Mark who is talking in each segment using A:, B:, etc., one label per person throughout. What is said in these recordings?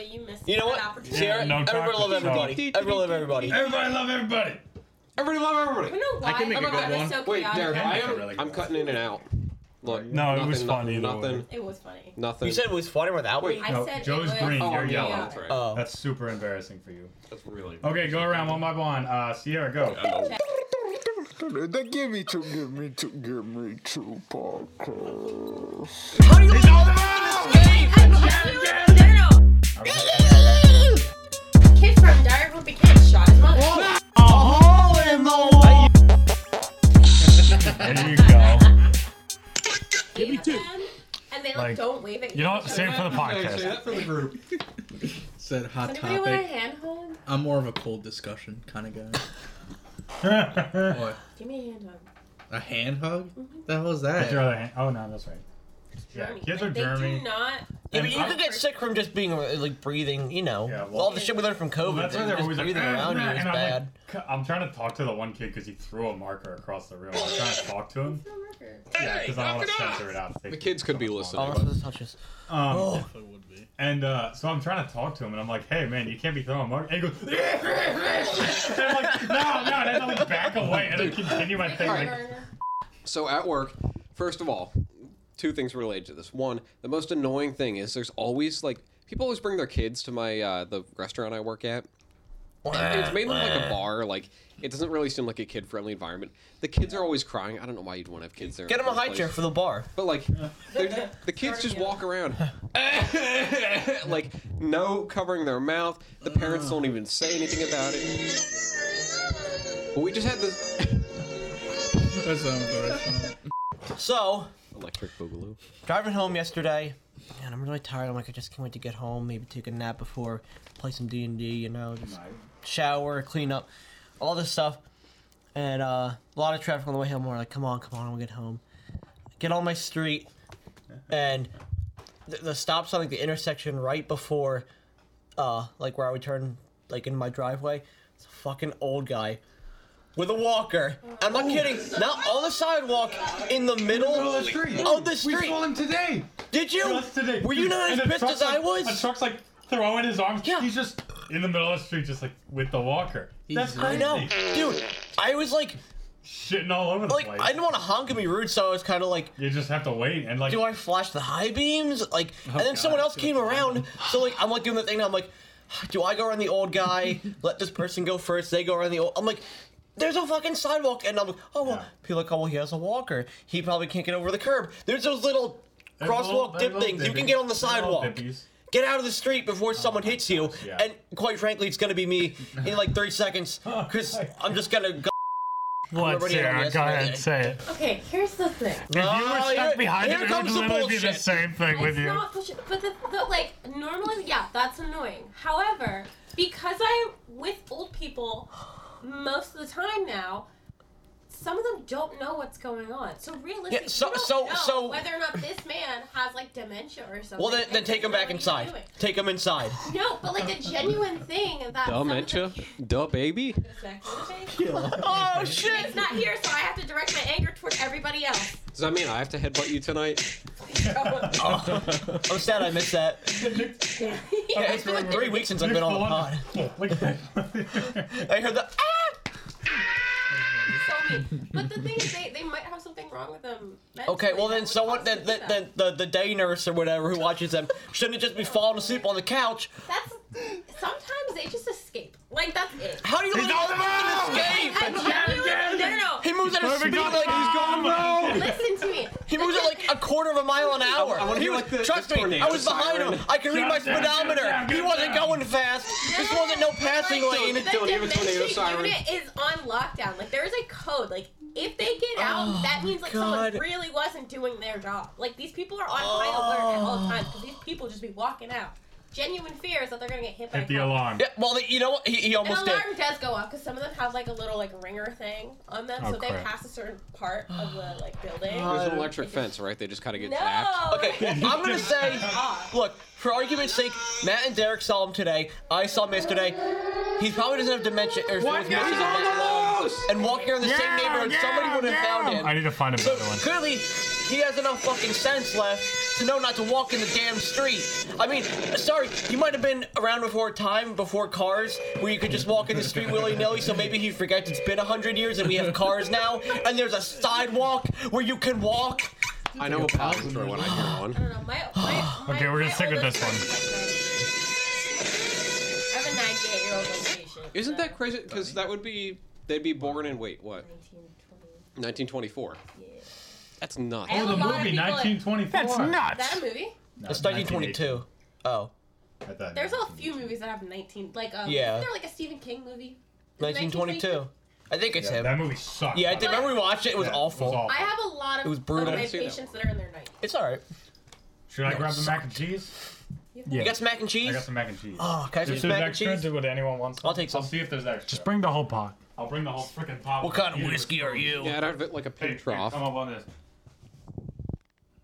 A: you missed
B: You know
A: that
B: what?
A: opportunity.
B: Sarah,
C: no
B: everybody love
C: chocolate
B: everybody. Everybody love everybody.
C: Everybody love everybody.
B: Everybody love
A: I
B: everybody.
A: don't know why.
D: I can make
A: oh
D: a
A: my
D: good
A: God, it was
D: one.
A: So
B: Wait,
A: chaotic.
B: Derek,
D: Can
B: I
D: make a
B: am,
D: really
B: I'm
D: good
B: cutting in and out. Look,
C: No, it was
B: nothing,
C: funny
B: nothing,
C: either
B: nothing,
C: way.
A: It was funny.
B: nothing.
E: You said it was funny without
A: Wait,
E: me.
A: I
C: No,
A: said
C: Joe's
A: it was
C: green, you're
A: chaotic.
C: yellow.
E: That's right.
B: Oh.
C: That's super embarrassing for you.
E: That's really.
C: Okay, go around one by one. Uh, Sierra, go.
F: They give me two, give me two, give me two podcasts.
E: How do you
A: Kid from Dire Puppy Cat shot his mother.
C: There you go.
A: Give me two. And they like,
C: Like,
A: don't wave at
C: You know what?
A: each
C: Save it
A: other.
C: for the podcast.
E: that for the group.
D: Said hot
A: Does Anybody want a
D: topic.
A: hand hug?
D: I'm more of a cold discussion kind of guy. What?
A: Give me a hand hug.
D: A hand hug? What the hell is that?
C: Put your other hand. Oh no, that's right. Yeah,
A: Germany.
C: kids
A: Like,
C: are
A: they
C: germy.
A: do not.
E: Yeah,
C: And
E: but you
C: I'm-
E: could get sick from just being uh, like breathing, you know.
C: Yeah, well-
E: all the shit we learned from COVID.
C: That's why
E: that
C: they're
E: just
C: always like,
E: breathing
C: "Eh,
E: around you
C: eh,"
E: is
C: and I'm
E: bad.
C: like, "C- I'm trying to talk to the one kid because he threw a marker across the room. I'm trying to talk to him.
A: No marker.
C: Yeah, because I want to censor it out.
B: The kids could be listening.
E: oh, that's such a-
C: Um,
E: oh.
D: It would be.
C: And uh, so I'm trying to talk to him, and I'm like, "Hey, man, you can't be throwing mark." And he goes, and I'm like, "No, no," and I like back away and I continue my thing. Like,
B: So at work, first of all, two things related to this. One, the most annoying thing is there's always like people always bring their kids to my uh, the restaurant I work at. And it's mainly like a bar. Like it doesn't really seem like a kid friendly environment. The kids are always crying. I don't know why you'd want to have kids there. in
E: Get him
B: the
E: a high
B: first
E: chair
B: place.
E: for the bar.
B: But like, they're- the kids just walk around, like no covering their mouth. The parents don't even say anything about it. But we just had this
D: That sounds good.
E: So,
B: electric boogaloo.
E: driving home yesterday, man, I'm really tired. I'm like, I just can't wait to get home. Maybe take a nap before, play some D and D. You know, just shower, clean up, all this stuff. And uh, a lot of traffic on the way home. We're like, come on, come on, I'm gonna get home. Get on my street, and the, the stop sign, like the intersection right before, uh, like where I would turn, like in my driveway. It's a fucking old guy. With a walker. I'm not kidding. Not on the sidewalk, in the middle,
C: the street.
E: of the street.
C: We saw him today.
E: Did you?
C: Just today.
E: Were you not
C: And
E: as
C: the
E: pissed as
C: truck's
E: I
C: like- The
E: was?
C: truck's like throwing his arms.
E: Yeah.
C: He's just in the middle of the street, just like with the walker. That's
D: He's-
C: crazy.
E: I know, dude. I was like,
C: Shitting all over the
E: like
C: place.
E: I didn't want to honk and be rude, so I was kind of like,
C: You just have to wait and like.
E: do I flash the high beams? Like, and then
D: God,
E: someone else
D: it's
E: came around, so like I'm like doing the thing. And I'm like, do I go around the old guy? let this person go first. They go around the old. I'm like. There's a fucking sidewalk, and I'm like, oh well.
C: Yeah.
E: People are like, oh well, he has a walker. He probably can't get over the curb. There's those little crosswalk dip things. You can get on the sidewalk. get out of the street before someone hits you.
C: yeah.
E: And quite frankly, it's gonna be me in like 30 seconds because I'm just gonna go.
C: What,
E: Everybody Sarah? on the
C: Sarah? Go
E: Go ahead,
C: ahead,
E: yesterday.
C: say it.
A: Okay, here's the thing.
C: If you were
E: Oh,
C: stuck
E: here-
C: behind
E: here
C: it, it would
E: comes the
C: literally be the
E: bullshit.
C: same thing with
A: It's
C: you.
A: not pushing, but the, the like normally, yeah, that's annoying. However, because I'm with old people most of the time now, some of them don't know what's going on. So realistically,
E: Yeah, so-
A: you don't
E: so-
A: know
E: so-
A: whether or not this man has like dementia or something.
E: Well, then, then
A: and
E: take him
A: doesn't
E: back
A: know what he's
E: inside.
A: doing.
E: Take him inside.
A: No, but like a genuine thing that
B: Duh, Mencha. Duh, baby.
E: oh shit!
A: It's not here, so I have to direct my anger toward everybody else.
B: Does that mean I have to headbutt you tonight?
E: Oh, I'm sad I missed that. Yeah, it's been like three weeks since I've been on the pod. I heard the ah.
A: so mean. But the thing is, they, they might have something wrong with them. mentally
E: Okay, well
A: that
E: then
A: would
E: someone
A: cause
E: then
A: them to do
E: the, the,
A: that.
E: the, the day nurse or whatever who watches them shouldn't just be falling asleep on the couch.
A: That's sometimes they just escape. Like that's it.
E: How do you let
C: on the
E: him
C: move!
A: I
E: escape?
A: genuinely- no, no, no.
E: He moves at a speed like
A: Listen to me.
E: He moves at like a quarter of a mile an hour.
B: I wanna
E: he
B: hear,
E: was,
B: like, the-
E: trust
B: the
E: me,
B: tornado
E: I was behind
B: siren.
E: him. I could read my
C: Jump down, jump
E: speedometer.
C: down,
E: He
C: jump
E: wasn't
C: down.
E: going fast. This wasn't no passing
A: Like,
E: lane.
A: The
B: Don't even tornado
A: dementia
B: siren.
A: unit is on lockdown. Like there is a code. Like if they get out,
E: Oh,
A: that means
E: my
A: like someone
E: God.
A: really wasn't doing their job. Like these people are on high alert at all times because these
E: Oh.
A: people just be walking out. Genuine fear is that they're gonna get hit by a
C: Hit the
A: car.
C: alarm.
E: Yeah, well, you know what? He, he
A: An
E: almost did.
A: alarm does go off because some of them have like a little like ringer thing on them,
C: Oh,
A: so if they
C: crap.
A: pass a certain part of the like building.
B: There's an electric fence, right? They just kind of get
A: no.
B: zapped.
E: Oh, Okay, well, I'm gonna say,
A: Off.
E: look, for argument's sake, Matt and Derek saw him today. I saw him yesterday. He probably doesn't have dementia or
B: One
E: with
B: guy's
E: dementia
B: on the
E: long.
B: loose!
E: And walking around the same neighborhood, somebody would have found him.
C: I need to find a better one.
E: Clearly, He has enough fucking sense left to know not to walk in the damn street. I mean, sorry, he might have been around before time, before cars, where you could just walk in the street willy nilly. So maybe he forgets it's been a hundred years and we have cars now, and there's a sidewalk where you can walk.
B: I know a palate throw when I hear
A: I
B: one.
A: don't know. My, my, my
G: Okay, we're
A: my
G: gonna stick with
A: oldest
G: this one.
A: is like 90. I have a 98 year old old patient.
B: Isn't that crazy? Because that would be they'd be born in wait what
A: 1920.
B: 1924.
A: Yeah.
B: That's nuts.
A: I
G: Oh, the
A: have a lot of
G: movie
A: people that-
G: 1924.
C: That's
A: That
C: nuts.
A: movie?
E: It's 1922. Oh,
A: There's a few movies that have 19. Like, um,
E: Yeah.
A: isn't there like a Stephen King movie? Is it
E: 1922. I think it's
G: Yeah,
E: him.
G: that movie sucked.
E: Yeah, I did.
G: It
E: Remember we watched it? It was
G: was
E: awful.
G: awful.
A: I have a lot of,
E: It was brutal.
A: of
B: I
A: my
B: didn't see that
A: patients that are in their 90s.
E: It's all right.
G: Should I grab the mac and cheese?
E: You got some mac and
G: I
E: cheese?
G: got some mac and cheese.
E: Oh, can I have
C: If
E: some
C: there's
E: mac and
C: extra,
E: cheese?
C: do what anyone wants.
E: I'll take
G: I'll
E: some.
G: see if there's extra.
C: Just bring the whole pot.
G: I'll bring the whole freaking pot.
E: What kind of whiskey are you?
B: Yeah, I'd have it like a
G: Hey,
B: pig
G: hey,
B: trough.
G: come up on this.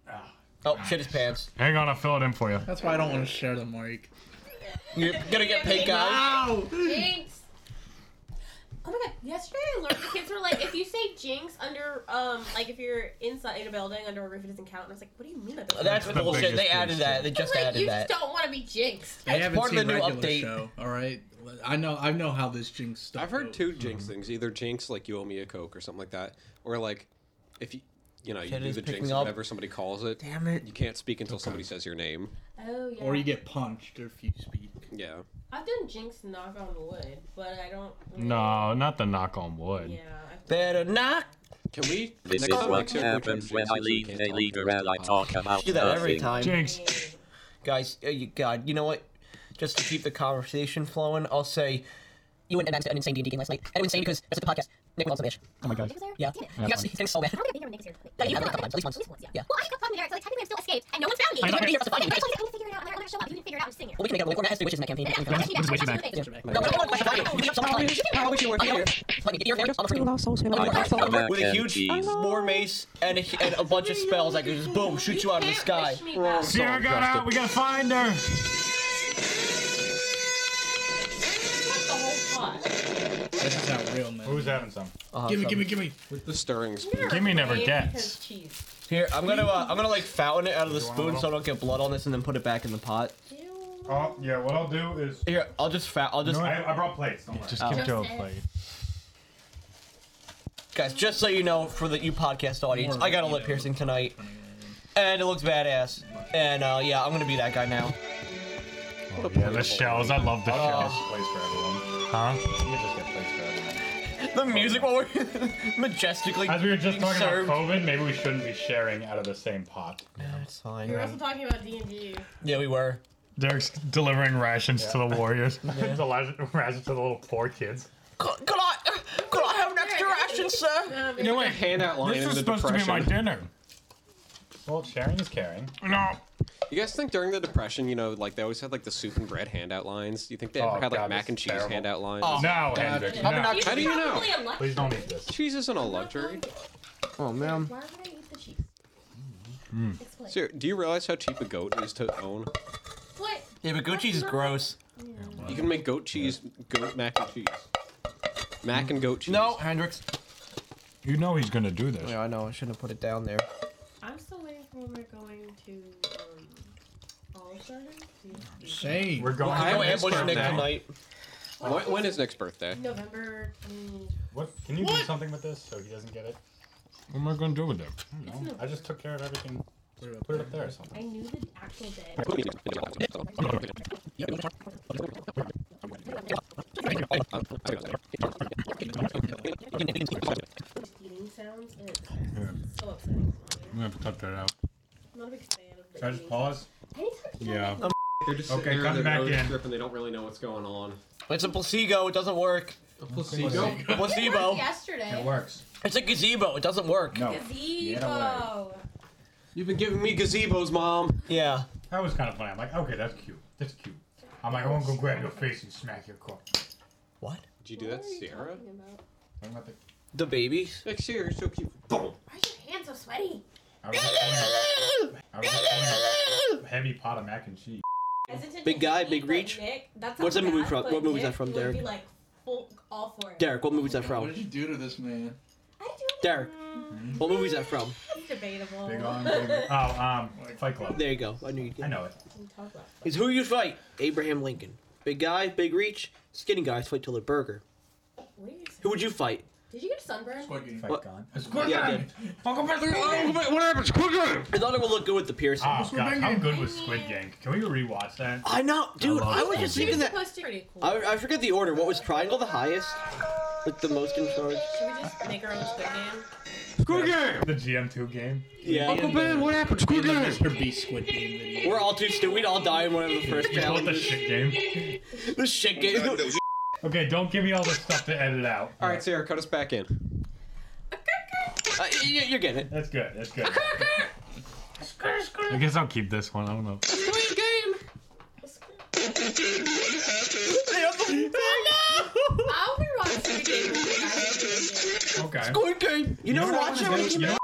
G: Ah,
E: Oh, shit his pants.
C: Hang on, I'll fill it in for you.
D: That's why I don't want to share the mic.
E: You're gonna get pink eye.
A: Jinx. Oh my god! Yesterday I learned the kids were like, if you say jinx under, um, like if you're inside a building under a roof, it doesn't count. And I was like, what do you mean? That doesn't
E: That's
C: the
E: bullshit. They
C: biggest
E: added that. They
A: count?
E: just
A: like, you
E: added that.
A: just don't want to be jinxed.
D: I haven't
E: part of
D: seen
E: the new
D: regular
E: update.
D: show. All right, I know I know how this jinx stuff.
B: I've heard
D: goes.
B: two jinx things. Either jinx like you owe me a coke or something like that, or like if you you know you
E: Shit
B: do
E: is
B: the jinx
E: picking
B: or
E: up.
B: whatever somebody calls it.
E: Damn it.
B: You can't speak until somebody says your name.
A: Oh yeah.
D: Or you get punched if you speak.
B: Yeah.
A: I've done jinx knock on wood, but I don't. really-
C: No, not the knock on wood.
A: Yeah.
E: Better knock.
B: Can we?
H: This
B: next
H: is
B: time,
H: what
B: next year, we try
H: happens
B: to
H: when
B: jinx
H: I
B: it so we
H: leave
B: can't
H: the
B: talk
H: leader
B: about it
H: and I
B: on
H: talk
E: I
H: about
E: do that every time.
H: nothing.
C: Jinx.
E: Guys, uh, you, God, you know what? Just to keep the conversation flowing, I'll say you went and an insane D&D game last night. And it was insane because that's the podcast. Nick was also bitch.
C: Oh my god.
E: Yeah. You guys things so bad.
I: I don't think I've been here when Nick is here.
E: Yeah, you've been a couple times, at least once. Yeah.
I: Well, I had a problem with Eric, so like, technically I'm still escaped, and no one's found
C: I
I: me. I
C: know.
I: know.
E: You're not
I: I'm
E: supposed to-
I: trying to figure it out. I'm gonna show up. You didn't figure it out. I'm sitting here.
E: Well, we can make it work. We're gonna ask the witches in that campaign. We can come back.
I: Yeah,
C: Witches,
I: I'm
C: witches,
I: not
C: witches.
I: doing it.
E: No, no, no, no, no, no,
I: Oh
E: With a huge war mace and a, and a bunch of spells, I could just boom, shoot you out of the
A: can't
E: sky.
A: wish me back.
C: Sierra got out.
B: Justin.
C: We gotta find her.
A: That's the whole plot.
D: This is how real men.
G: Who's having some?
D: Give me, give me, give me.
B: The stirrings.
C: Gimme never
A: Maybe
C: gets.
A: because cheese.
E: Here, I'm gonna uh, I'm gonna like fountain it out of the
G: want a
E: spoon so I
G: little?
E: don't get blood on this, and then put it back in the pot.
G: Oh, yeah, what I'll do is.
E: Here, I'll just fou- I'll just
G: I, I brought plates. Don't worry.
C: Just
E: Oh.
C: give Joe a
A: Justin.
C: plate.
E: guys, just so you know, for the you podcast audience, I got a lip piercing tonight, and it looks badass. And uh, yeah, I'm gonna be that guy now.
C: Oh, yeah, the shells. I love the
G: I'll
C: shells.
G: just get Oh, plates for everyone.
C: Huh?
G: Let me just get plates for everyone.
E: The music while we're majestically
G: As we were just
E: being
G: talking
E: served.
G: about COVID, maybe we shouldn't be sharing out of the same pot.
E: That's fine.
A: We were also talking about D and D.
E: Yeah, we were.
C: Derek's delivering rations to the warriors. the la- rations to the little poor kids.
E: Could, could I could I have an extra ration, sir?
A: Um,
C: No way.
B: Handout line
C: This
B: in
C: is
B: the
C: supposed
B: depression.
C: to be my dinner.
G: Well, sharing is caring.
C: No.
B: You guys think during the depression, you know, like they always had like the soup and bread handout lines? Do you think they
G: Oh,
B: ever had like
G: God,
B: mac
G: this
B: and
G: is
B: cheese
G: terrible.
B: handout lines?
E: Oh,
C: Oh.
G: No, Hendrik.
E: I'm
G: no.
E: not-
A: He's
B: How do you know?
A: probably a lunch.
G: Please don't eat this.
B: Cheese isn't a luxury.
E: Oh man.
A: Why would I eat the cheese?
E: Hmm.
A: Explain.
B: Sir, do you realize how cheap a goat is to own?
A: What?
E: Yeah, but goat cheese is gross.
B: You can make goat cheese, goat mac and cheese. Mac and goat cheese.
E: No, Hendrix.
C: You know he's gonna do this.
E: Yeah, I know. I shouldn't have put it down there.
A: I'm still waiting for when we're going to um, All Stars.
D: Shane.
G: We're going.
E: I
B: have
E: have
B: an
E: ambush
B: expert
E: Nick
B: now.
E: tonight.
B: When, when is Nick's birthday?
A: November. mm,
G: What? Can you do something with this so he doesn't get it?
C: What am I gonna do with it?
G: No, I just took care of everything. Put it up there or something.
A: I knew the actual day. Eating sounds. and It's so upsetting.
C: I'm gonna cut that out.
A: I'm not a big fan of the
G: Should I
A: eating
G: just pause?
A: Anytime people
C: Yeah.
B: They're just
G: sitting Okay, there, come their back nose in. drip,
B: and they don't really know what's going on.
E: It's a placebo. It doesn't work.
B: Placebo.
A: It worked
E: Placebo.
A: yesterday.
G: works.
E: It's a gazebo. It doesn't work.
G: No.
A: Gazebo.
B: You've been giving me gazebos, mom.
E: Yeah.
G: That was kind of funny. I'm like, okay, that's cute. That's cute. I'm like, I won't go grab your face and smack your car.
E: What?
B: Did you do that, Sierra?
G: What about the-
E: The baby?
B: Like Sierra, you're so cute. Boom.
A: Why is your hand so sweaty?
G: I was like, I was like, heavy pot of mac and cheese.
A: Hesitant
E: Big
A: to
E: guy,
A: eat,
E: big
A: but
E: reach.
A: Nick- that's
E: What's
A: not
E: that movie
A: bad,
E: from-
A: but
E: what movie is that
A: Nick
E: from,
A: would
E: Derek?
A: Be like full, all for it.
E: Derek, what movie is that
D: What
E: from?
D: did you do to this man?
A: I do
E: Derek, what movie is that from?
A: have to debatable.
D: Big on, big
C: Oh, um, Fight Club.
E: There you go. I knew you'd get
C: I know it. Oh,
A: Talk about
E: Is who you fight? Abraham Lincoln. Big guy, big reach. Skinny guys fight till they're burger.
A: what are you saying?
E: Who would you fight?
A: Did you get a sunburn?
D: Fight
E: What?
D: gone.
C: It's good.
E: Yeah,
C: Game. Fuck up Squid Game.
B: What happens? Quicker!
E: I thought it would look good with the piercing.
C: Oh,
D: Squid
C: God,
D: Game.
C: I'm good with Squid Game. Can we rewatch that?
E: I know, dude.
D: love
E: I, was
D: Squid
E: just
D: Game.
E: thinking
A: You're
E: that.
A: supposed to pretty cool.
E: I, I forget the order. What was triangle the highest? Like the most in charge.
A: Should we just make our own Squid Game?
B: Quick game!
C: The GM2 game.
E: Yeah.
B: Uncle Ben, what happens?
D: In
B: Quick
D: the
B: game!
D: Mr. Beast Squid Game video.
E: We're all too stupid. We'd all die in one of the first
C: You call it the
E: challenges.
C: shit game.
E: The shit game.
C: Okay, don't give me all this stuff to edit out.
B: Alright, Sarah, cut us back in.
E: Uh, you, you're getting it.
C: That's good. That's good.
A: Squid
C: I guess I'll keep this one. I don't know.
A: Game. I'll be watching Squid Game. with you guys.
C: Okay.
E: Squid game. You know, watch it. when it came
C: You know,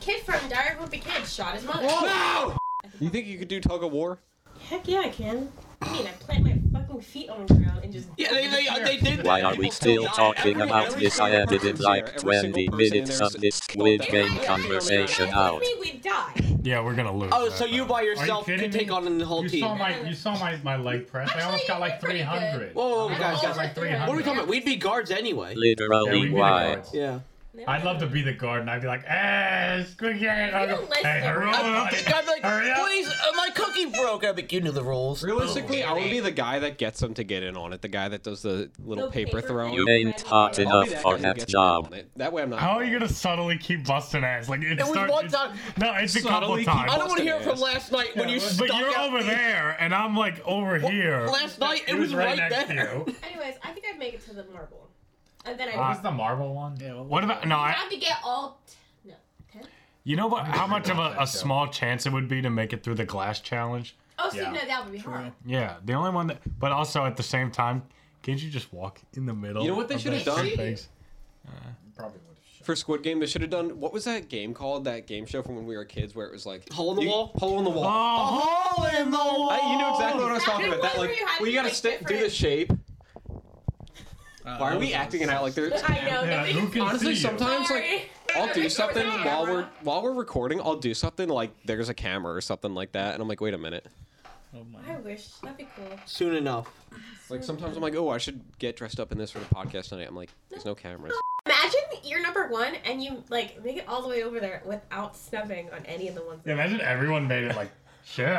A: Kid from Diary of a Wimpy Kid shot his mother.
B: You think you could do tug of war?
A: Heck yeah, I can. I mean, I plant my fucking feet on the ground and just.
E: Yeah, they, they, uh, they did.
H: Why are we still talking about this? I edited like 20 minutes of this Squid Game conversation out.
A: Me, we die.
C: yeah, we're gonna lose.
E: Oh, so you by yourself can
C: kidding
E: take
C: me?
E: on the whole
C: You
E: team.
C: saw
E: Whoa,
C: my you saw my, my leg press. I almost got like
A: Actually, you did pretty
C: 300.
E: whoa, whoa, guys, guys.
C: like 300.
E: What are we talking about? We'd be guards anyway.
C: Yeah, we
H: Literally,
C: can be the
H: why?
C: guards.
E: Yeah.
C: I'd love to be the guard, and I'd be like, "Hey, squid game!" I'll go,
A: don't listen.
C: hey, hurry up,
E: I'd be like,
C: hurry up.
E: please, uh, my cookie broke. I'm like, you knew the rules.
C: Oh,
B: Realistically, I would be the guy that gets them to get in on it. The guy that does the little
A: The
B: paper,
A: paper
B: throw.
A: thing.
H: You ain't hot
B: I'll be
H: enough
B: that guy
H: for
B: who
H: that
B: gets in on
H: job.
B: it. That way I'm not.
C: How are you gonna subtly keep busting ass? Like it's
E: It was
C: start-
E: one
C: it's-
E: time.
C: No, it's a couple
B: Subtly keep
C: times.
E: I don't want to hear
B: Busted
E: from
B: ass.
E: last night when you stuck
C: But you're
E: out
C: over
E: the-
C: there, and I'm like over here.
E: Last night
C: He
E: it was right
C: next to
E: there.
C: you.
A: Anyways, I think I'd make it to the marble, and then I.
C: Uh,
A: would
C: What's the marble one?
D: Yeah, well,
C: What about no?
A: I
C: I,
A: have to get all. T- no. Ten?
C: you know what? How much of a, a
D: show.
C: small chance it would be to make it through the glass challenge?
A: Oh, see,
C: Yeah.
A: no, that would be hard.
C: Yeah, the only one that. But also at the same time, can't you just walk in the middle?
B: You know what they
C: of
B: should have
C: those two
B: done?
C: things?
D: probably would have
B: For Squid Game, they should have done. What was that game called? That game show from when we were kids where it was like.
E: Hole in the
B: you-
E: wall?
B: Hole in the wall.
C: Oh, hole in the wall!
B: I- you know exactly what I was
A: That
B: talking about. That
A: was
B: like,
A: where you had
B: well, you
A: to,
B: gotta
A: like,
B: sta- do
A: different-
B: the shape.
D: shot.
B: Why are we acting it out like there's?
A: I know.
C: Yeah,
A: that
C: who
A: makes-
C: can see
B: Honestly,
C: you?
B: sometimes like
A: Sorry.
B: I'll do
A: Sorry,
B: something
A: sorry.
B: while we're while we're recording. I'll do something like there's a camera or something like that, and I'm like, wait a minute.
D: Oh my.
A: I wish that'd be cool.
E: Soon enough.
B: Like sometimes I'm like, oh, I should get dressed up in this for the podcast tonight. I'm like, there's no cameras.
A: Imagine you're number one and you like make it all the way over there without snubbing on any of the ones.
C: Yeah, imagine everyone made it like shit.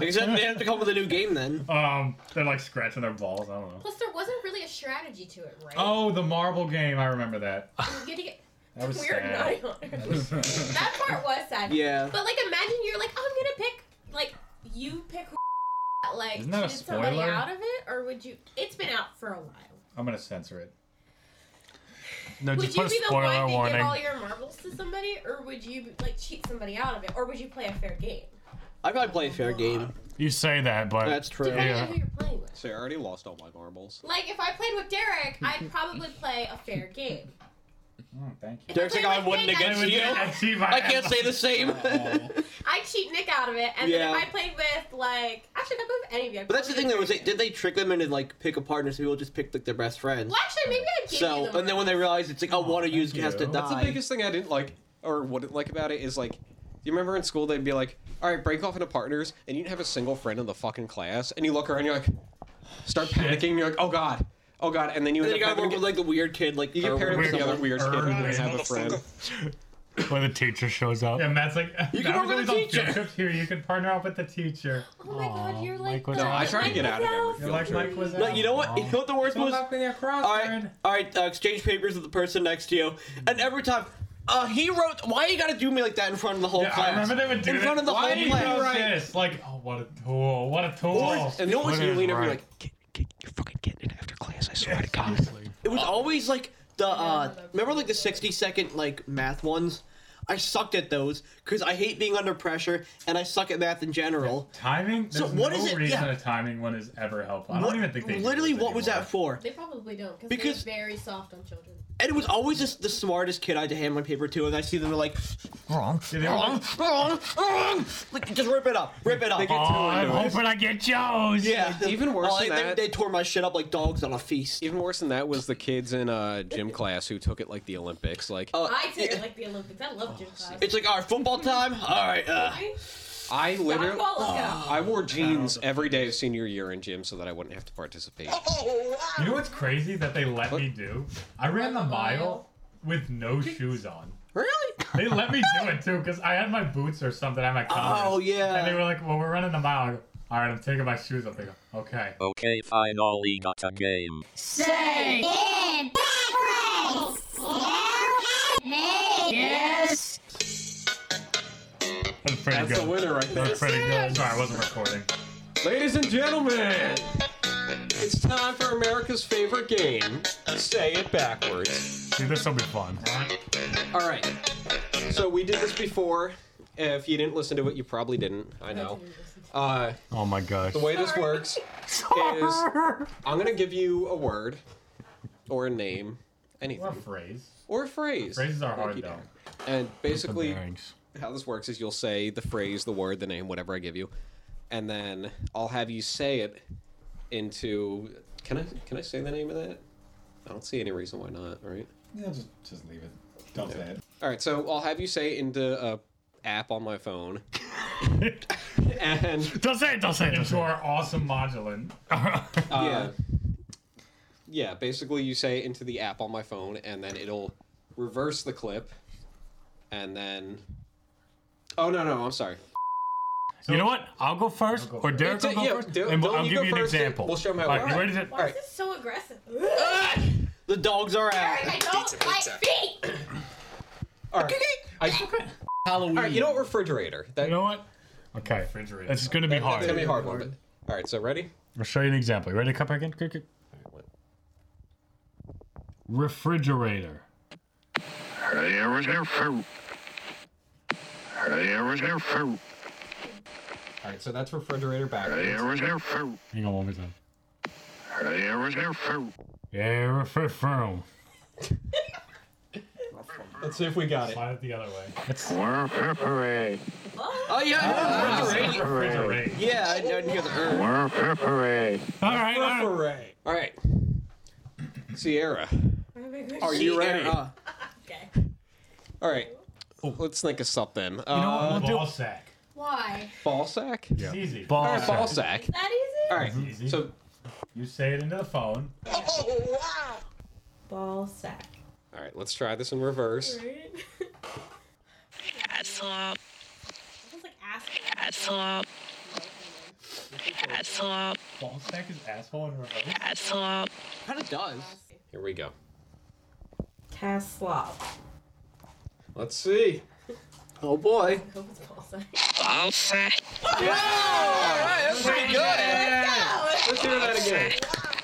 E: Except they have to come up with a new game then.
C: um, they're like scratching their balls. I don't know.
A: Plus, there wasn't really a strategy to it, right?
C: Oh, the marble game. I remember that.
A: You're getting it.
C: That was
A: we were
C: sad.
A: nodding on it. that part was sad.
E: Yeah.
A: But like, imagine you're like, oh, I'm gonna pick like you pick who like
C: Isn't that a
A: cheated somebody
C: spoiler?
A: out of it, or would you? It's been out for a while.
C: I'm gonna censor it. No,
A: Would
C: just
A: you
C: put a
A: be the one
C: spoiler
A: to give all
C: warning.
A: your marbles to somebody, or would you like cheat somebody out of it, or would you play a fair game?
E: I probably play a fair game.
C: You say that, but
E: That's true.
A: Depending
C: Yeah.
A: on who you're playing with.
B: So I already lost all my marbles.
A: Like if I played with Derek, I'd probably play a fair game.
C: Mm, thank you.
A: If I
E: Derek's
A: played
E: like, I
A: with
E: wouldn't
A: Nick,
E: against
A: I'd-
E: you.
C: I see my
E: I can't say the same.
A: I cheat Nick out of it, and then
E: Yeah.
A: if I played with like actually if I played with any of you, I'd
E: But that's the
A: probably
E: thing
A: do
E: though,
A: a
E: was
A: fair
E: they,
A: game.
E: did they trick them into like pick a partner so people just pick like their best friend?
A: Well, actually, maybe I'd give you
E: So
A: the
E: and then when they realize it's like, oh, one of you
C: thank
E: has to
C: you.
E: die.
C: That's
B: That's the biggest thing I didn't like, or wouldn't like about it is like, you remember in school they'd be like, all right, break off into partners, and you'd have a single friend in the fucking class, and you look around, you're like, start panicking, and you're like, oh god, oh god, and then you
E: And then
B: end
E: you
B: up
E: gotta
B: having
E: work
B: to
E: with like
B: get,
E: the weird kid, like
B: you get
E: or
B: paired up
E: whatever.
B: with the other weird kid who doesn't have a friend.
C: When the teacher shows up. Yeah, Matt's like, you
E: can work with the teacher."
C: Here, you could partner up with the teacher.
A: Oh my god, you're like.
C: Mike was
A: the-
C: out.
B: I tried to get out
A: Mike was out.
C: You're
B: of every field
C: like
B: trip.
C: Mike was
E: No, you know what? You know what the worst was?
C: Back in your cross,
E: All right, all right. Uh, exchange papers with the person next to you, and every time, uh, he wrote. Why you gotta do me like that in front of the whole
C: Yeah, I
E: class?
C: remember they would do
E: in
C: that.
E: front of the
C: Why
E: whole
C: did you
E: class.
C: do this? Like, oh, what a tool! What a tool!
B: And then once
C: What
B: you
C: is
B: lean over, you're
C: right?
B: like, get, get, you're fucking getting in after class. I swear to God.
E: It was always like the uh, remember like the sixty second like math ones. I sucked at those because I hate being under pressure, and I suck at math in general.
C: timing. There's
E: So what
C: no
E: is it-
C: reason
E: yeah.
C: a timing one is ever helpful. I don't
E: What-
C: even think they do
E: literally
C: those
E: what was
C: anymore.
E: that for?
A: They probably don't because
E: Because-
A: they're very soft on children.
E: And it was always just the smartest kid I had to hand my paper to, and I see them they're like, wrong,
G: they were
E: wrong, wrong, wrong. Like just rip it up, rip it up.
B: They get
C: Oh,
B: too
C: I'm
B: into it.
C: hoping I get Joe's.
E: yeah,
B: even worse
E: Oh,
B: than
E: they,
B: that-
E: They, they tore my shit up like dogs on a feast.
B: Even worse than that was the kids in uh, gym class who took it like the Olympics. Like
A: I did it like the Olympics. I love gym class.
E: It's like all right, football time. All right, uh,
A: Right?
B: I literally,
A: Softball,
E: Ah.
A: let's go.
B: I wore jeans every day of senior year in gym so that I wouldn't have to participate.
C: You know what's crazy that they let
B: What?
C: me do? I ran the mile with no shoes on.
E: really?
C: They let me do it too because I had my boots or something at my Converse.
E: Oh
C: And they
E: yeah.
C: were like, "Well, we're running the mile." I go, All right, I'm taking my shoes off. They go, "Okay."
H: Okay, finally got a game.
C: That's pretty
B: That's the
C: good.
B: winner right there.
C: That's pretty good. Sorry, I wasn't recording.
B: Ladies and gentlemen, it's time for America's favorite game. Say it backwards.
C: Dude, this will be fun.
B: All right. So we did this before. If you didn't listen to it, you probably didn't. I know. Uh,
C: Oh my gosh.
B: the way this works is I'm gonna give you a word or a name, anything,
C: Or a phrase.
B: or a phrase.
C: Phrases are
B: Thank
C: hard
B: you,
C: though.
B: Dan. And basically,
C: Bearings.
B: how this works is you'll say the phrase, the word, the name, whatever I give you, and then I'll have you say it into. Can I can I say the name of that? I don't see any reason why not. Right.
J: Yeah, just, just leave it. Don't say it.
B: All right. So I'll have you say it into a app on my phone, and
C: Don't say it. Don't say it. Into our awesome modulin.
B: uh, yeah, yeah. Basically, you say it into the app on my phone, and then it'll reverse the clip, and then. Oh no no! I'm sorry.
C: you know what? I'll go first, or Derek
B: It's a-
C: will go
B: yeah,
C: first,
B: Derek,
C: and we'll,
B: Dylan,
C: I'll
B: you
C: give
B: go
C: you an
B: first,
C: example.
B: we'll show 'em how it
C: All right, you
B: works.
C: ready to-
A: Why
B: All right.
A: is this so aggressive?
E: The dogs are out.
A: I don't like feet.
B: All right. I,
D: Halloween.
B: all right. You know what? Refrigerator. That,
C: You know what? Okay,
G: Refrigerator.
C: this is gonna be hard.
B: That's gonna be a hard one. but- All right, so ready?
C: I'll show you an example. You ready to come back in? Click, click. Refrigerator.
B: All right, so that's refrigerator backwards.
C: Hang on one more time. Yeah, refrigerator.
B: Let's see if we got it.
C: Slide it the other way.
E: Oh yeah, refrigerator.
C: Refrigerate.
E: Yeah, I, I didn't hear the er.
C: All right, all right.
B: All right, Sierra,
A: Are
B: are you ready?
E: Uh,
A: okay?
B: All right, let's think of something. Uh,
C: Ball sack.
A: Why?
B: ball sack.
C: It's easy.
B: All
C: Ball
B: right, ball
C: sack.
B: sack.
A: Is that easy?
B: All right,
C: Easy.
B: so
C: You say it into the phone.
A: Ball sack.
B: all right, let's try this in reverse.
A: Right? Sounds like ass.
C: Ball sack is asshole in reverse.
E: kind of does.
B: Here we go.
A: Cast slop.
B: Let's see.
E: Oh boy.
A: I hope it's ball sack.
E: Pretty good.
B: Let's hear that again.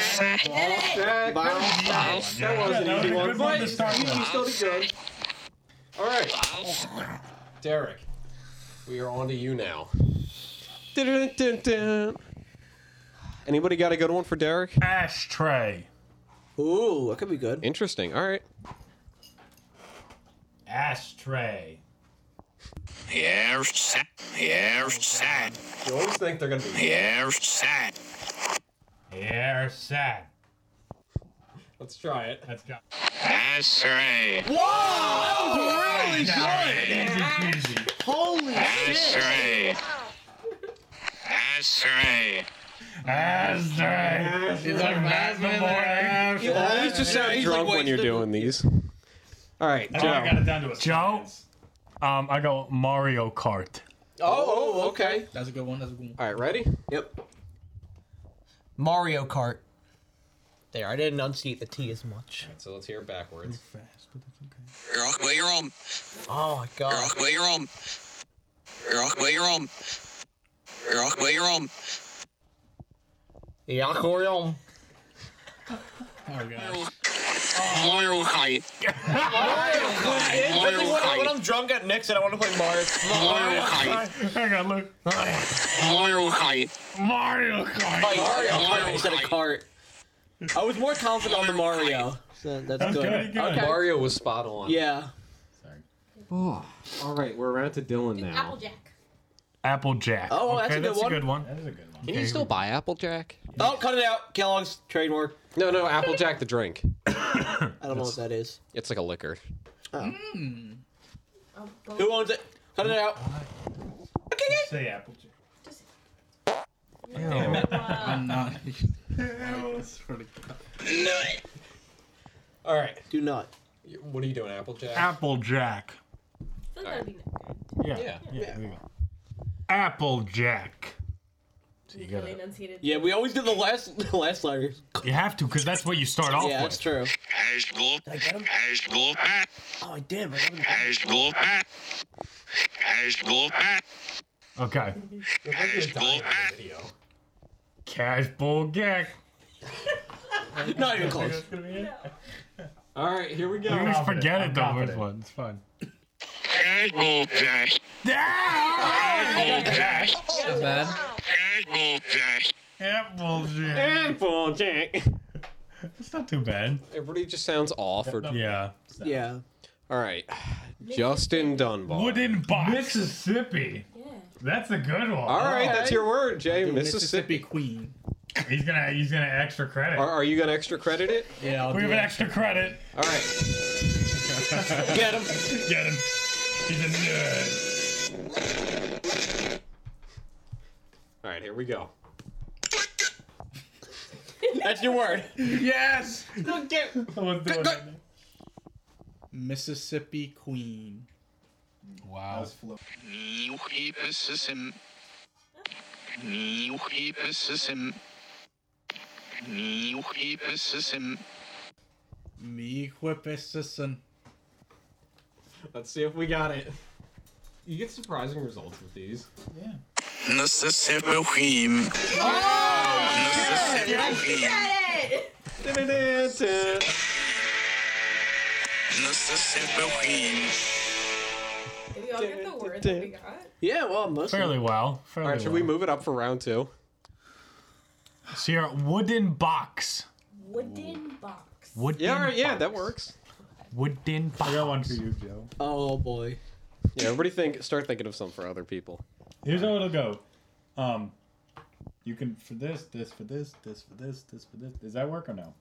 B: Sack. That was an
C: that was
B: easy
C: a
B: one.
C: good one to
B: but
C: start
B: you-
C: with.
B: you still did good. All right, Derek, we are on to you now. Dun-dun-dun-dun. Anybody got a good one for Derek?
C: Ashtray.
E: Ooh, that could be good.
B: Interesting. All right.
C: Ashtray.
B: You always think they're gonna be.
C: Air sack.
B: Let's try it.
C: Let's go.
E: Holy
C: Easy peasy.
E: Holy shit.
C: Ashtray. It's like Matt Memorial.
E: You always
B: just sound
E: he's
B: drunk
E: like,
B: when you're
E: wait,
B: doing these. All right,
G: Oh, I
B: Joe.
G: got it down to a
C: Joe?
G: science.
C: Um, I go Mario Kart.
B: Oh, oh, okay.
D: That's a good one. That's a good
B: All
D: one.
B: right, ready?
E: Yep. Mario Kart. There, I didn't enunciate the T as much.
B: So let's hear it backwards.
E: Oh my god. Yakorium. Especially when, I- when I'm drunk at Nick's and I want to play Mario. Mario
C: Hang on, look.
E: Kart.
C: Mario Kart.
E: Mario Kart instead of cart.
B: I was more confident on the Mario.
E: So that's That's good. pretty good.
B: Okay. Mario was spot on.
E: Yeah.
K: Oh, all right, we're around to Dylan now.
A: Applejack.
C: Applejack.
E: Oh, that's a good one.
J: That is a good one.
B: Can you still buy Applejack?
E: Oh, cut it out. Kellogg's trademark.
B: No, no, Applejack the drink.
E: I don't know what that is.
B: It's like a liquor.
A: Um,
E: Who owns it? Cut it out.
G: Say Applejack.
D: Damn it. I'm not.
E: All right. Do not.
B: What are you doing, Applejack?
C: Applejack. Yeah.
B: Yeah.
C: Yeah. there you go. Applejack. So you gotta.
A: enunciated.
E: Yeah, we always do the last the last letters.
C: You have to, because that's what you start off
E: Yeah,
C: with.
E: that's true.
F: Did I get him? Oh, I did. but I
C: Okay. Cash bull gack.
E: Not even close.
K: All right, here we go.
C: You always forget it though. First
K: confident.
C: one. It's fun.
F: Applejack. Applejack. Applejack.
C: Applejack.
B: Applejack.
C: It's not too bad.
B: Everybody just sounds off. Or...
C: Yeah.
E: Yeah.
B: All right. Justin Dunbar.
C: Wooden box. Mississippi.
G: That's a good one.
B: All right, that's your word, Jay. Mississippi.
D: Queen.
G: Oh. He's gonna he's gonna extra credit.
B: Are, are you gonna extra credit it?
D: Yeah,
G: we have an extra credit.
B: All right.
E: Get him.
G: Get him. He's a nerd.
B: All right, here we go.
E: That's your word.
C: Yes.
E: Look at
C: Someone's doing it.
D: Mississippi Queen.
C: Wow.
F: New Hebrew system. New Hebrew system. New Hebrew system.
D: Me whipississin.
K: Let's see if we got it. You get surprising results with these. Yeah.
F: Mississippi Queen. Mississippi Queen. Mississippi Queen.
A: Did we all get the word that we got?
E: Yeah, well, most
C: Fairly well. Fairly
B: All right, should we move it up for round two?
C: Sierra wooden box.
A: Wooden box.
C: Wooden.
B: Yeah, all right, yeah, that works.
C: Wooden box. I got one for
G: you, Joe.
E: Oh boy.
B: Yeah, everybody think. Start thinking of some for other people.
G: Here's how it'll go. Um, you can for this, this for this, this for this, this for this. Does that work or no?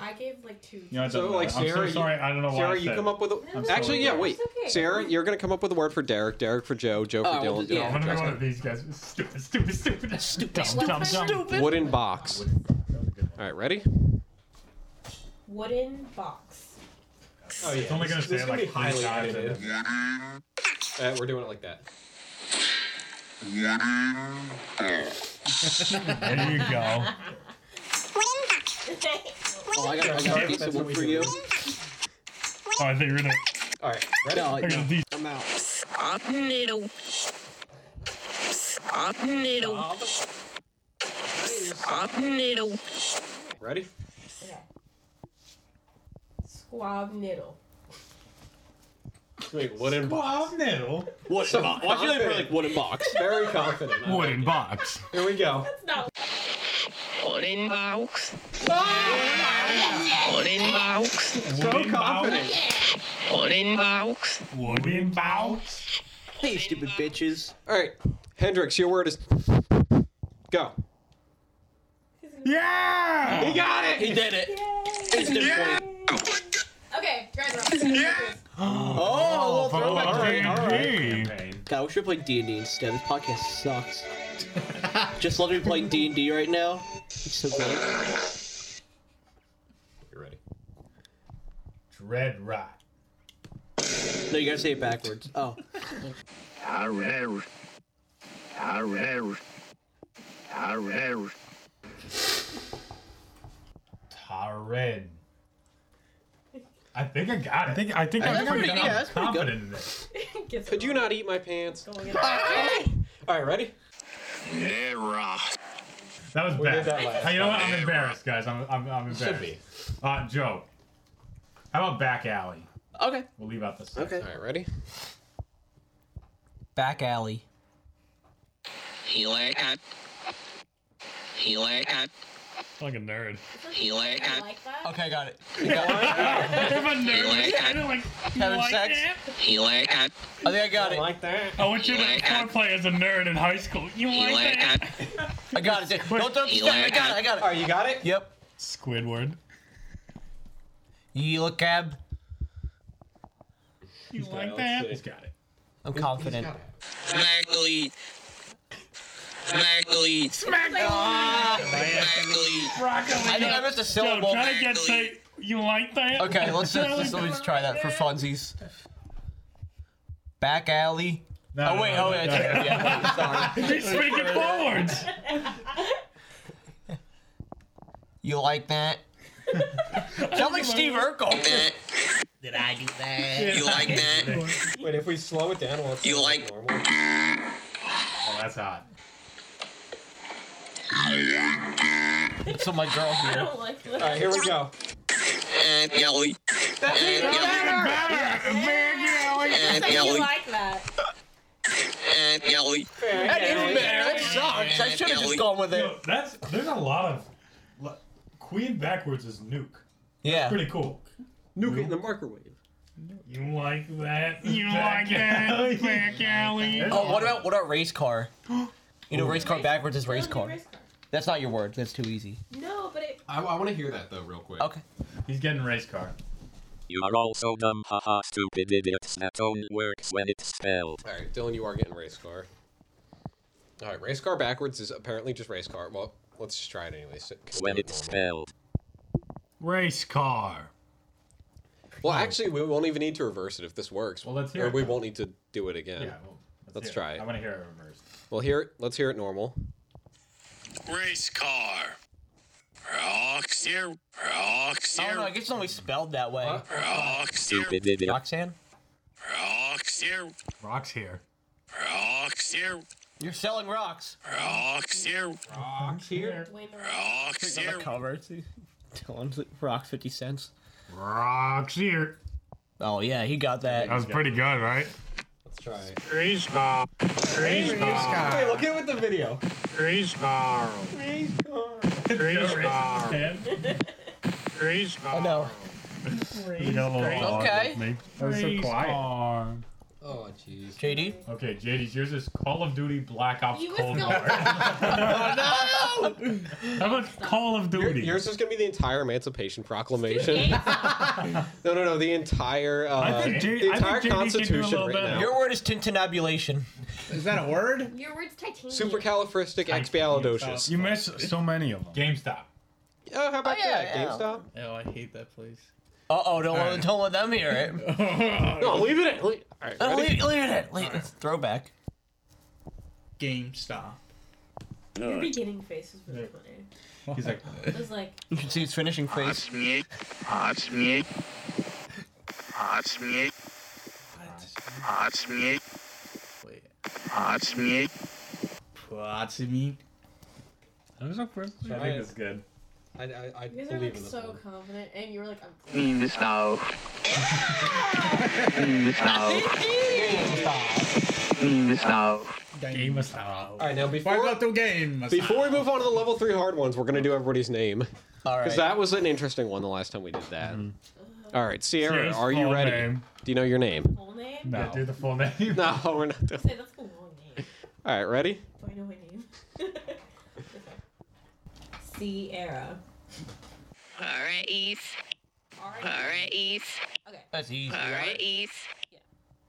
A: I gave like two.
G: You know, it
B: So
G: doesn't
B: like
G: matter. I'm
B: Sarah,
G: so sorry.
B: you,
G: I don't know why
B: Sarah,
G: I
B: you
G: said
B: come
G: it.
B: up with a.
G: I'm so
B: Actually, yeah,
G: sorry.
B: wait. Sarah, you're gonna come up with a word for Derek. Derek for Joe. Joe for
E: Oh, well,
B: Dylan. Dylan
E: yeah.
B: for
C: I'm gonna be one
B: Justin.
C: of these guys. Stupid, stupid, stupid, stupid,
A: What's
C: dumb,
A: her
C: dumb, dumb.
A: name?
B: Wooden box. All right, ready?
A: Wooden box.
B: Oh
G: It's only gonna
B: This- this
G: say it
B: is
G: like
B: be highly
G: three times.
B: edited. Uh, we're doing it like that.
C: There you go.
E: Oh, I got, I got a decent one for you.
C: Oh, I think you're gonna.
B: All right, ready?
E: No,
C: I got a
E: no,
C: decent.
E: I'm out.
F: Up needle. Up needle. Up needle.
B: Ready?
A: Okay. Squab noodle.
B: Wait, wooden box.
G: Bob Niddle.
E: What? Why don't you leave it like wooden box?
B: Very confident. I like
C: Wooden
B: it.
C: box.
B: Here we go.
A: That's not.
F: Wooden box. Wooden box.
B: So confident.
F: Wooden box.
C: Wooden box.
E: Hey, you stupid bitches.
B: All right, Hendrix, your word is go.
C: Yeah.
B: He got it.
E: He did it. Instant point.
A: Okay, red rock.
E: Oh,
C: Fuck,
E: well,
C: all right, all right.
E: God, we should play D and D instead. This podcast sucks. Just let me play D and D right now. It's so great.
B: You ready?
G: Dread Rot.
E: No, you gotta say it backwards. Oh,
F: Arr. Arr. Arr.
G: Taren. I think I got it.
C: I think I think I'm pretty.
E: yeah, that's pretty good.
G: confident in this.
A: Gets
B: Could you not eat my pants?
A: going in.
B: All right, ready?
F: Nera.
G: That was
B: did
G: bad.
B: that last
G: Hey, you know what? I'm embarrassed, guys. I'm I'm, I'm embarrassed.
B: Should be.
G: Uh, Joe. How about back alley?
E: okay,
G: We'll leave out this.
E: okay.
B: All right, ready?
E: Back alley.
F: He like it. He like it.
C: Like a nerd.
A: I like that.
E: Okay, I got it.
C: I'm a nerd. I don't like. you
E: Having
C: like
E: sex?
C: that?
E: You like that? I think I got it. like that?
C: I want you to foreplay as a nerd in high school. You like, that?
E: I got it. dude. Don't don't
C: You
E: stop. I
C: like
E: got it.
C: that?
E: I got it.
C: Alright, you
E: got it? Yep.
C: Squidward.
E: You look cab.
C: You like
E: got it.
C: that?
E: He's
C: got it.
E: I'm confident.
F: Smack elite. Smack elite. Ah. Smack
E: I think I missed a syllable.
C: Yo, try to get say. You like that?
E: Okay, let's just, just- let me just try that for funsies. Back alley.
C: No,
E: oh
C: no,
E: wait,
C: no,
E: oh
C: no,
E: wait,
C: no.
E: yeah, yeah, sorry.
C: He's speaking forwards.
E: You like that? Sound like Steve Urkel.
F: Did I do that?
K: You like
F: that?
K: Wait, if we slow it down, we'll
F: You like-
K: normal. Oh, that's hot.
E: So my girl here.
A: like
K: All right, here we go.
F: And Ellie.
A: I
F: And
A: think you
F: Ellie.
A: like that.
F: And Ellie.
E: That is better. That sucks. I should have just gone with it.
C: Yo, that's there's a lot of lo- Queen backwards is nuke.
E: Yeah.
C: That's pretty cool.
B: Nuke in the microwave.
C: You like that? You
E: Back
C: like that? Back alley.
E: Oh, what about what about race car? You know, race car backwards is race car. That's not your word. That's too easy.
A: No, but it.
K: I, want to hear that though, real quick.
E: Okay.
C: He's getting race car.
H: You are also dumb, haha, stupid idiots that only works when it's spelled.
B: All right, Dylan, you are getting race car. All right, race car backwards is apparently just race car. Well, let's just try it anyway. So,
H: When it's spelled.
C: Race car.
B: well, actually, we won't even need to reverse it if this works. Well,
C: let's hear
B: Or
C: it
B: we
C: now.
B: won't need to do it again.
C: Yeah, well,
B: let's try it.
C: I want to hear it reversed.
B: Well, here, let's hear it normal.
F: Race car. Roxir.
E: Oh
F: Roxir.
E: no, I guess it's only spelled that way.
H: Stupid idiot.
E: Roxanne?
F: Roxir.
C: Rock's here.
F: Roxir.
E: You're selling rocks.
F: Roxir.
K: Rocks here.
F: Rocks here.
E: cover. Dylan's rock fifty cents.
C: Rocks here.
E: Oh yeah, he got that.
C: That was pretty good, right?
K: Let's try. it.
C: Race car. Race car.
K: Hey, look at it with the video.
C: Race car.
K: Race car.
C: Race car. Race car.
E: I know.
C: That
E: Okay.
C: was so
E: Race
C: quiet.
K: Oh jeez.
E: JD.
C: Okay, JD's yours is Call of Duty Black Ops
A: You was
C: Cold
A: going-
C: War. How about Call of Duty?
B: Yours is gonna be the entire Emancipation Proclamation. no, no, no, the entire uh,
C: I think J-
B: the
C: I think JD
B: entire
C: can do a
B: Constitution
C: little
B: right now.
E: Your word is tintinabulation.
C: Is that a word?
A: Your word's titanium.
B: Supercalifragisticexpialidocious.
C: You miss so many of them. GameStop. uh,
B: Oh, how about
E: Oh, yeah,
B: that?
E: yeah.
B: GameStop.
D: Oh, I hate that place.
E: Uh oh, don't, let- don't let them hear it.
B: No, leave it. In. Leave, all right,
E: Oh,
B: ready?
E: leave, leave it at leave, it's throwback.
D: GameStop.
A: Your beginning face was really funny.
D: He's like,
A: It was like,
E: You should see his finishing face.
F: me. Watch me. Watch me. Watch me. Watch me.
D: Lots of meat.
C: That was awkward. I
K: Try
C: think
K: it.
C: it's good.
K: I, I, I
A: you guys are
K: believe
A: like
K: in this
A: so
K: one.
A: confident, and you were like, I'm.
F: In the snow. In the snow. In the snow.
C: Game of Stop.
K: All right, now before
D: About the game.
B: Before we move on to the level three hard ones, we're gonna do everybody's name
E: All
B: because
E: right.
B: that was an interesting one the last time we did that. All right, Sierra,
C: Sierra's
B: are you
C: full
B: ready?
C: name.
B: Do you know your name?
A: Full name?
C: No.
B: No.
C: do the full name.
B: No, we're not. Doing...
A: Say that's a long name.
B: All right, ready?
A: Do I know my name? Sierra.
F: Alright, East. Alright, East.
E: That's easy.
F: Alright, East.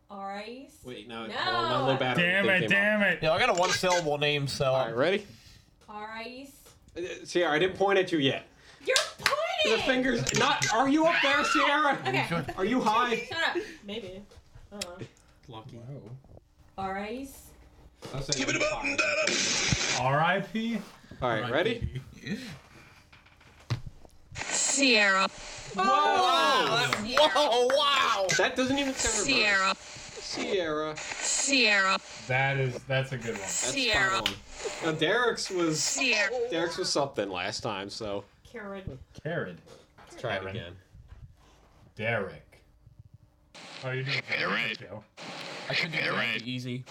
A: Alright.
B: Wait, no.
A: No.
B: my low battery
C: Damn
B: thing
C: it,
B: came
C: damn it.
E: Yo, I got a one syllable name, so
B: All right, ready?
A: Alright.
B: Uh, Sierra, I didn't point at you yet.
A: E. You're
B: The
A: pointing!
B: fingers. Not. Are you up there, Sierra?
A: Okay.
B: Are you high?
A: Shut up. Maybe. I don't know.
K: Lucky.
A: Alright.
K: I was saying Give it up.
C: R.I.P.
B: All right, ready?
F: Sierra.
E: Whoa! Oh, Wow!
B: Oh, That doesn't even sound. reversed.
F: Sierra.
B: Sierra.
F: Sierra.
C: That is that's a good one.
B: That's
F: Sierra.
B: spot on. Now Derek's was
F: Sierra.
B: Derek's was something last time, so
A: Karen.
C: Carrot.
B: let's try it again.
C: Derek. Oh, you're doing Carrot.
E: I could do that easy.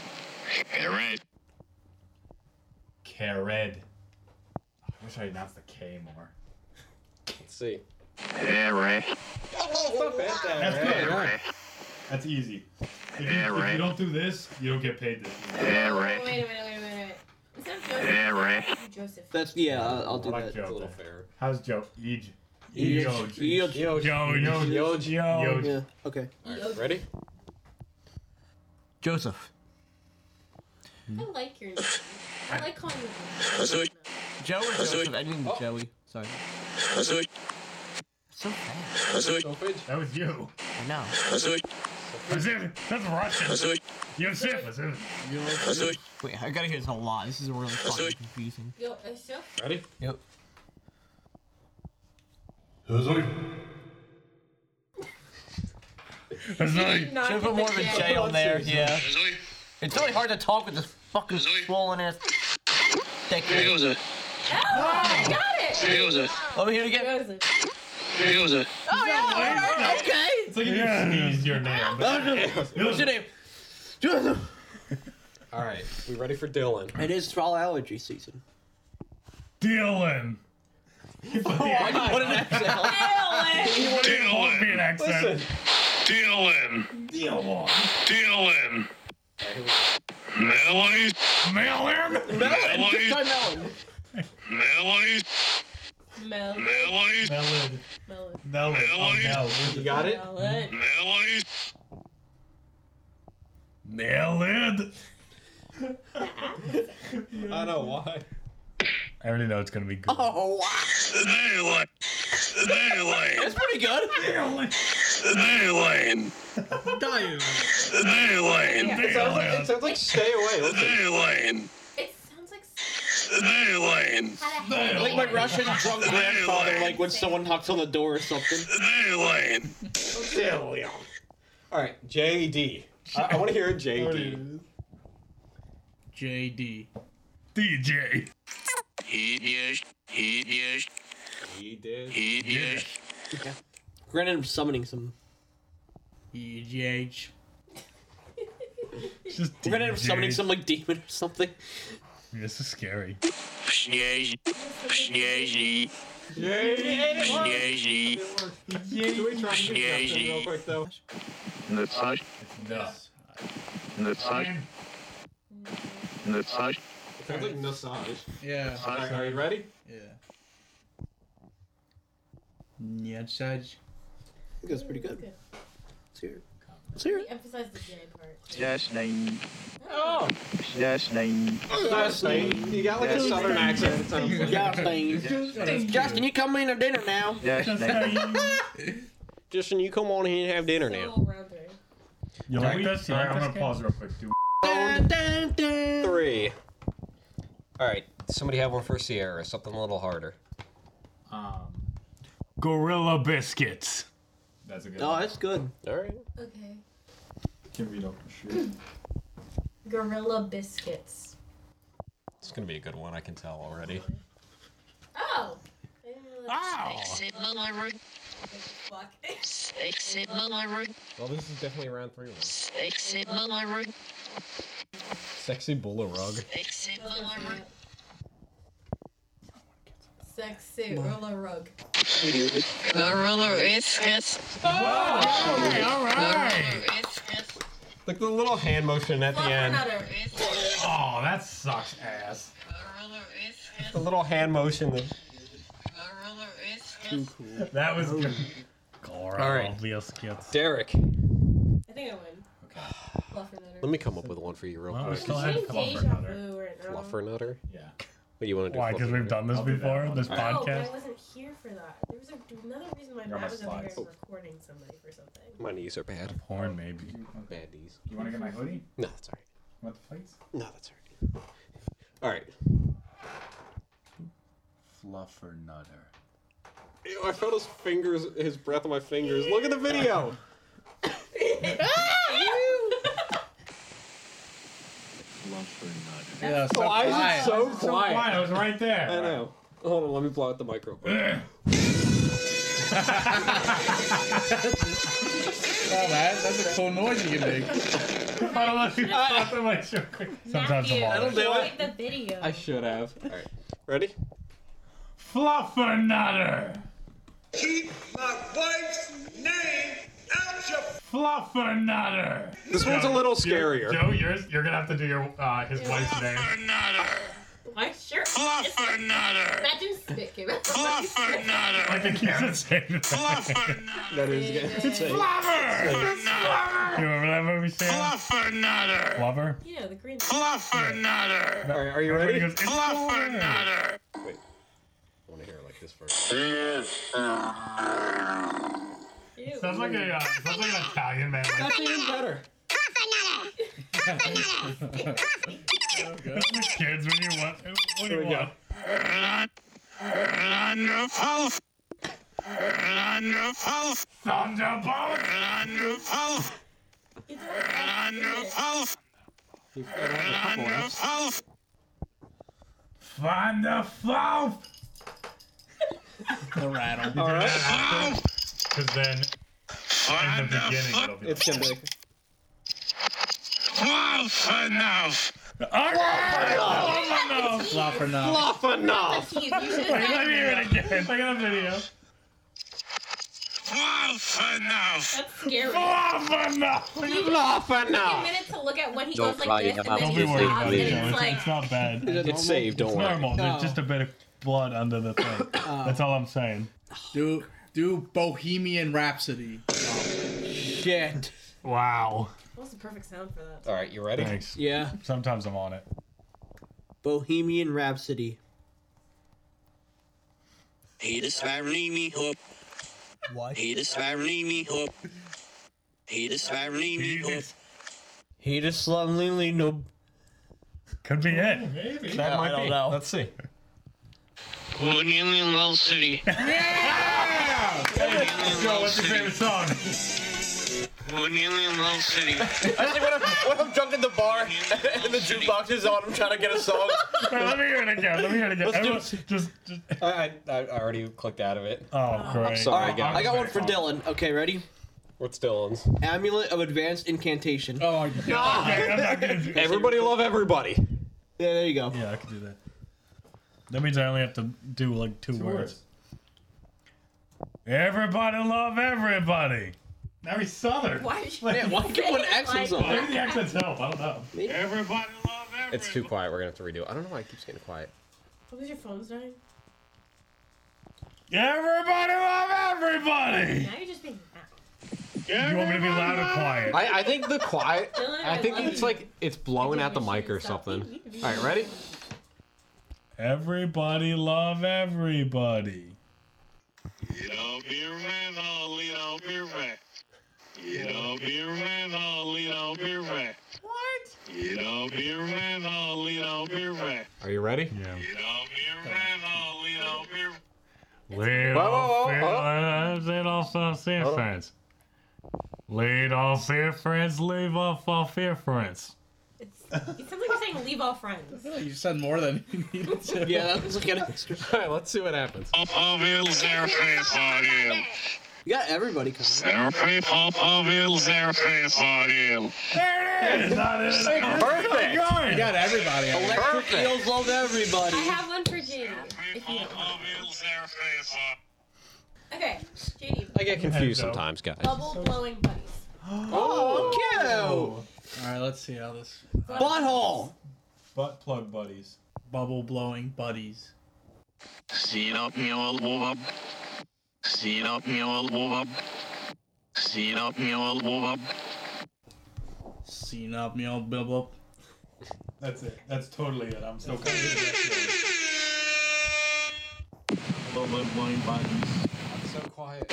C: Carrot. wish I announced the K more.
B: Let's see.
C: Yeah, right. That's
B: right.
C: good.
B: Yeah,
C: That's easy. If you, if you don't do this, you don't get paid this.
A: Yeah, right. Wait a minute, wait a minute, wait a minute. Instead of Joseph,
C: Yeah, right.
A: you do Joseph.
B: That's yeah. I'll, I'll do
C: I like
B: that.
C: Joe
B: It's a little
C: there.
B: fair.
C: How's Joe? Eej.
B: Eej.
C: Eej.
B: Eej.
C: Eej.
B: Eej.
C: Eej.
E: Yeah. Okay.
B: Alright, ready?
E: Joseph.
A: I like your name. I like calling you.
E: Joe or Joseph? I mean
B: Oh.
E: Joey. Sorry. So fast.
C: That was you.
E: I know.
C: That's Russian. Yosef.
E: Wait, I gotta hear this a lot. This is really fucking confusing.
A: Yo, Joseph?
B: Ready?
E: Yep.
A: Should
E: have put more of a J on there, yeah. It's really hard to talk with this fucking swollen ass. Dick.
A: Oh, I got it!
E: Let me hear it again.
A: Oh, yeah,
E: okay.
C: It's like if you sneezed your name.
E: What's your name? Joseph.
B: All right, we ready for Dylan?
E: It is fall allergy season.
C: Dylan.
E: Why do you put an accent on?
C: Dylan. Be an accent.
H: Dylan. Dylan. Dylan. Melly. Melon.
E: Melon.
H: Melly.
E: Try melon.
H: Melly.
A: Mel.
H: Melly.
C: Melon.
A: Melon.
C: Melon. Oh, no.
L: You got it?
A: Melon.
H: Melly.
C: Melon.
L: I don't know why.
M: I already know it's gonna be good.
E: Oh, wow.
H: Dylan. Dylan.
E: That's pretty good.
H: Dylan. Dylan. Dylan.
L: It sounds like, it sounds like stay away. Listen.
H: Dylan.
A: It sounds like.
H: Dylan.
E: Like my Russian drunk grandfather, like when someone knocks on the door or something.
H: Dylan.
L: Dylan. All right, JD. I, I want to hear a JD.
E: JD.
M: DJ.
H: He is. He is.
L: He did.
H: He is.
E: Granted, I'm summoning some.
D: E
E: EGH.
M: Just
E: Granted, I'm summoning some like demon or something.
M: This is scary.
H: Sneezy. Sneezy. Sneezy.
L: Can we try and do something real quick though?
H: Nuts.
C: Nuts.
H: Nuts. Nuts.
L: It sounds like massage.
D: Yeah.
L: All right, are you ready?
D: Yeah. Yeah, judge.
E: I think that's pretty good. Let's hear it. Let's hear
A: We
E: it.
A: emphasize the J part.
H: Yes, name.
L: Oh,
H: Yes, name.
L: last name. You got like a
H: Yes.
L: southern accent. It sounds like.
E: Justin. Justin, you come in to dinner now.
H: Yes, name.
B: Justin, you come on here and have dinner now.
A: All around there.
C: You
B: like
C: like this?
B: this? You
C: Alright,
B: like
C: I'm gonna
B: this game?
C: pause real quick. Do
E: Dun, dun, dun.
B: Three. All right, somebody have one for Sierra. Something a little harder.
C: um.
M: Gorilla biscuits.
C: That's a good.
E: Oh, that's good.
B: All right.
A: Okay.
C: Can read off the shoot.
A: Gorilla biscuits.
B: It's gonna be a good one. I can tell already.
A: Oh! I didn't really-
M: Ow!
A: Fuck.
L: Well, this is definitely round three. One.
H: Yes,
L: Sexy bull rug.
A: Sex suit, roller rug.
M: Hey, all right.
L: Like the little hand motion at the end.
A: Nutter.
C: Oh, that sucks ass.
L: The little hand motion. That...
M: That was good.
B: All right.
M: Gorilla biscuits.
B: Derek,
A: I think I win. Okay. Fluffer nutter.
B: let me come up with one for you real
M: Well, we
B: quick.
M: still have
A: Saying
M: come up for
A: deja
M: another.
A: vu right now.
B: Fluffernutter.
C: Yeah.
B: What you want to do?
M: Why? Because we've
B: Fluffernutter?
M: done this
C: I'll do that
M: before
C: one.
M: on this
A: No, but I
M: podcast.
A: wasn't here for that. There was a, another reason why
C: You're on my
A: Matt was over here
C: slides.
A: recording somebody for something.
B: My knees are bad.
M: Porn, maybe.
B: Bad knees.
C: You want to get my hoodie?
B: No, that's all right.
C: You want the plates?
B: No, that's all right. All right.
C: Fluffer nutter.
B: Ew, I felt his fingers, his breath on my fingers. Look at the video.
D: Yeah, so
L: Why is
D: quiet.
L: it so
C: So quiet.
L: quiet?
C: I was right
B: I
C: there.
B: know. Hold on, let me blow out the mic real quick.
D: Oh, man, that's a cool noise you can make.
M: I don't want to talk to my show. Sometimes I'm
A: Matthew,
M: all
A: I
M: right.
A: don't
B: do
A: the video.
L: I should have.
B: All right, ready?
C: Fluffernutter!
F: Keep my wife's name out your
C: Fluffernutter!
B: This one's a little
C: scarier. Joe, yours, you're gonna have to do your uh, his wife's name.
A: My shirt. Fluffernutter. Imagine spit came out. Fluffernutter.
C: I think he's insane.
K: That is
C: It's Fluffer! You remember that movie, Sam?
F: Fluffernutter.
C: Fluffer?
A: You know the green.
F: Fluffernutter.
K: All right, are you ready?
C: He goes, "It's
F: Fluffernutter.
K: Wait. I want to hear it like this first.
C: Sounds like a uh, sounds like an Italian man.
K: That's even better.
C: That's the kids when you want. When you want.
F: Thunderpulse. Thunderpulse.
C: Thunderbolt.
F: Thunderpulse.
C: Oh,
F: Thunderpulse. Thunderpulse.
C: Find the fluff.
D: The rattle.
C: All right. Because then in the beginning it'll be.
K: It's gonna be.
F: Fluffernuff.
D: Flop or
K: Fluffernuff.
D: not.
A: Jeez, you should
C: Wait, let me
A: have
C: hear it again. I got a video.
F: Fluffernuff.
A: That's scary.
C: Fluffernuff.
A: Take a
K: Fluffernuff.
A: minute to look at when he
H: Don't
A: goes
H: cry
A: like this, and
H: about
A: then
H: it,
A: he
H: Don't be
A: stops,
H: worried
A: and
H: about it,
A: it's like.
C: It's not bad.
B: It's saved, don't
C: it's
B: worry.
C: normal.
D: No.
C: There's just a bit of blood under the thing. That's all I'm saying.
D: Do do Bohemian Rhapsody.
E: Shit.
C: Wow.
A: What's the perfect sound for that?
K: All right, you ready?
C: Thanks.
E: Yeah.
C: Sometimes I'm on it.
E: Bohemian Rhapsody.
F: He just swallowed me up.
E: What?
F: He just swallowed me up. He just swallowed me up.
E: He just slowly no.
C: Could be it.
K: Maybe.
C: That might
E: I don't
C: be.
E: know.
C: Let's see.
F: Bohemian Rhapsody.
C: Joe, what's your favorite song?
F: Bohemian Rhapsody.
E: Actually, when I'm, when I'm drunk in the bar and the jukebox is on, I'm trying to get a song.
C: Wait, let me hear it again. Let me hear it again.
E: Let's do
C: Everyone, just, just.
K: I, I, I already clicked out of it.
C: Oh, great.
K: sorry.
E: All right,
K: got
E: I got one for Dylan. Okay, ready?
K: What's Dylan's?
E: Amulet of Advanced Incantation.
D: Oh god.
C: Okay, I'm not gonna do that.
K: Everybody love everybody.
E: Yeah, there you go.
C: Yeah, I could do that. That means I only have to do like two, words. Everybody love everybody. Now he's southern.
A: Why did you?
E: Yeah, why give one accents on?
C: Maybe the accents help. I don't know. Everybody love everybody.
K: It's too quiet. We're gonna have to redo. it. I don't know why it keeps getting quiet.
A: Because your phone's dying.
C: Everybody love everybody.
A: Now you're just being loud.
C: You want me to be loud or quiet?
K: I, I think the quiet.
A: Dylan,
K: I think
A: love
K: it's
A: you.
K: like it's blowing out the
A: we
K: mic
A: should
K: or
A: stop.
K: something. All right, ready?
C: Everybody love everybody.
F: You don't be around all, you don't be around. You don't be around all, you don't be around. What? You don't be around all, you don't be around.
K: Are you ready?
C: Yeah.
F: You don't be around all, you don't be around.
C: Lead
K: Whoa,
C: off uh,
K: whoa,
C: fear
K: whoa, hold
C: friends, lead off all fear
K: Hold on.
C: friends. Lead off fear friends, leave off all fear friends.
A: It's, it sounds like you're saying leave all friends.
D: You said more than you needed to.
E: Yeah, that was like an extra.
K: All right, let's see what happens.
F: Popperville's airface on you.
E: You got everybody coming.
F: Airface, Popperville's airface on you.
C: It's not in it.
K: Perfect.
D: You got everybody. on it.
E: Electric eels love everybody.
A: I have one for JD. If you don't mind.
F: Popperville's airface on
A: Okay, JD.
B: I get confused
C: Joe.
B: sometimes, guys.
A: Bubble blowing buddies.
E: Oh,
D: All right, let's see how this
E: cute. Butthole.
C: Butt plug buddies.
D: bubble blowing buddies.
F: Seen up mule whoop. Seen up mule whoop. Seen up mule whoop.
D: Seen up me old bubble.
C: That's it. That's totally it. I'm still
D: Bubble blowing buddies.
K: It's so quiet.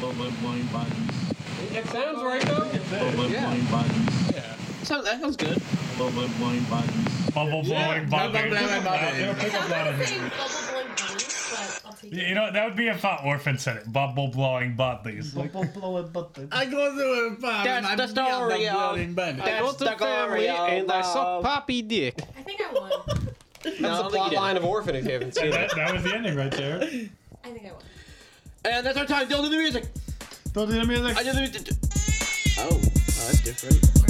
D: Bubble blowing buddies.
K: It sounds right though.
D: Bubble
K: Yeah.
D: blowing buddies.
E: So that sounds good.
D: Bubble blowing buddies.
C: Bubble blowing
D: bubble
C: buddies.
D: blowing buddies.
C: They'll pick up
A: Sounds like
C: on
A: I'm
C: it.
A: saying bubble blowing buddies, but I'll take it.
C: You know, that would be if uh, Orphan said it. Bubble blowing buddies.
D: I go to a pub
E: That's
D: and I
E: the
D: beat up
E: story
D: the
E: of-
D: blowing buddies.
E: That's
K: Go to
E: the
K: family
E: glory of
K: and I suck
E: love.
K: poppy dick.
A: I think I won.
K: That's the
E: No, I don't
K: plot
E: think you
K: line of Orphan if you haven't seen it.
C: that, that was the ending right there.
A: I think I won.
E: And that's our time. Don't do the music.
C: Don't do the music.
E: I do the music. Oh, oh, that's different.